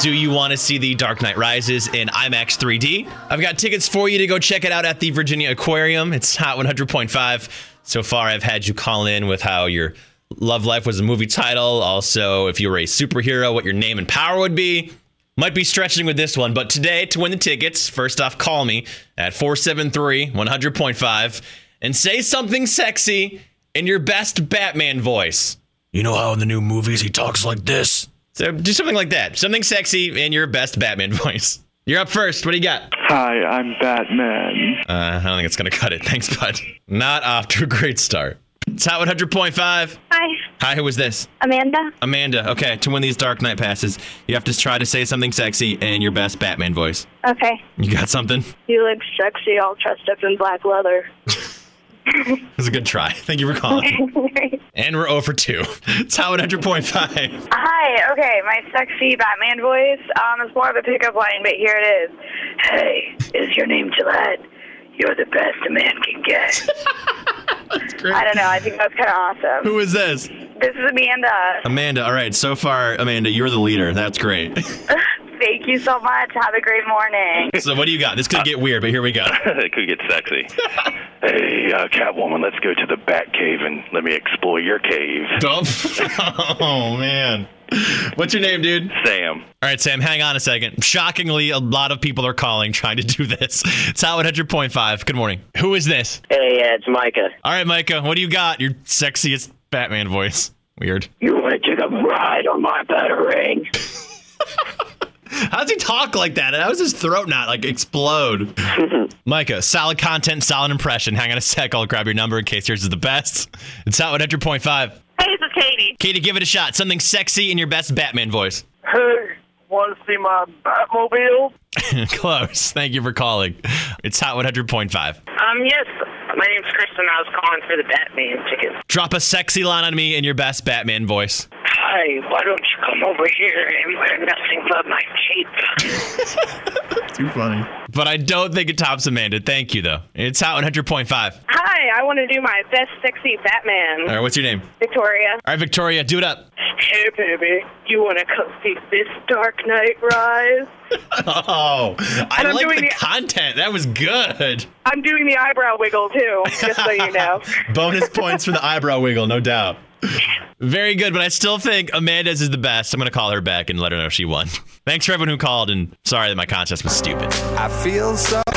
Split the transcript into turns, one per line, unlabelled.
Do you want to see The Dark Knight Rises in IMAX 3D? I've got tickets for you to go check it out at the Virginia Aquarium. It's Hot 100.5. So far, I've had you call in with how your love life was a movie title. Also, if you were a superhero, what your name and power would be. Might be stretching with this one, but today to win the tickets, first off, call me at 473 100.5 and say something sexy in your best Batman voice.
You know how in the new movies he talks like this?
So do something like that. Something sexy in your best Batman voice. You're up first. What do you got?
Hi, I'm Batman.
Uh, I don't think it's going to cut it. Thanks, bud. Not off to a great start. It's Hot 100.5.
Hi,
Hi, who was this?
Amanda.
Amanda. Okay, to win these Dark Knight passes, you have to try to say something sexy in your best Batman voice.
Okay.
You got something?
You look sexy, all dressed up in black leather.
It was a good try. Thank you for calling. and we're 0 for 2. It's Hot 100.5.
Hi, okay, my sexy Batman voice. Um, it's more of a pickup line, but here it is. Hey, is your name Gillette? You're the best a man can get. I don't know. I think that's kind of awesome.
Who is this?
This is Amanda.
Amanda. All right, so far, Amanda, you're the leader. That's great.
Thank you so much. Have a great morning.
so, what do you got? This could get weird, but here we go.
it could get sexy. hey, uh, Catwoman, let's go to the Bat Cave and let me explore your cave.
Oh, oh, man. What's your name, dude?
Sam.
All right, Sam, hang on a second. Shockingly, a lot of people are calling trying to do this. It's Hot 100.5. Good morning. Who is this?
Hey, yeah, it's Micah.
All right, Micah, what do you got? Your sexiest Batman voice. Weird.
You want to take a ride on my batarang?
How does he talk like that? How does his throat not like explode? Micah, solid content, solid impression. Hang on a sec. I'll grab your number in case yours is the best. It's Hot 100.5.
Hey, this is Katie.
Katie, give it a shot. Something sexy in your best Batman voice.
Hey, want to see my Batmobile?
Close. Thank you for calling. It's Hot 100.5.
Um, yes, my name's Kristen. I was calling for the Batman ticket.
Drop a sexy line on me in your best Batman voice.
Hi, why don't you come over here and wear nothing but my cape?
But I don't think it tops Amanda. Thank you, though. It's Hot 100.5. All
Hi, I want to do my best sexy Batman.
right, what's your name? All
Victoria.
right, Victoria, do it up.
Hey, baby, you want to come see this Dark Knight Rise?
Oh, I
And I'm
like
doing
the
the-
content. That was good.
I'm doing the eyebrow wiggle too, just so you know.
Bonus points for the eyebrow wiggle, no doubt. Very good, but I still think Amanda's is the best. I'm going to call her back and let her know she won. Thanks for everyone who called, and sorry that my contest was stupid.
I feel so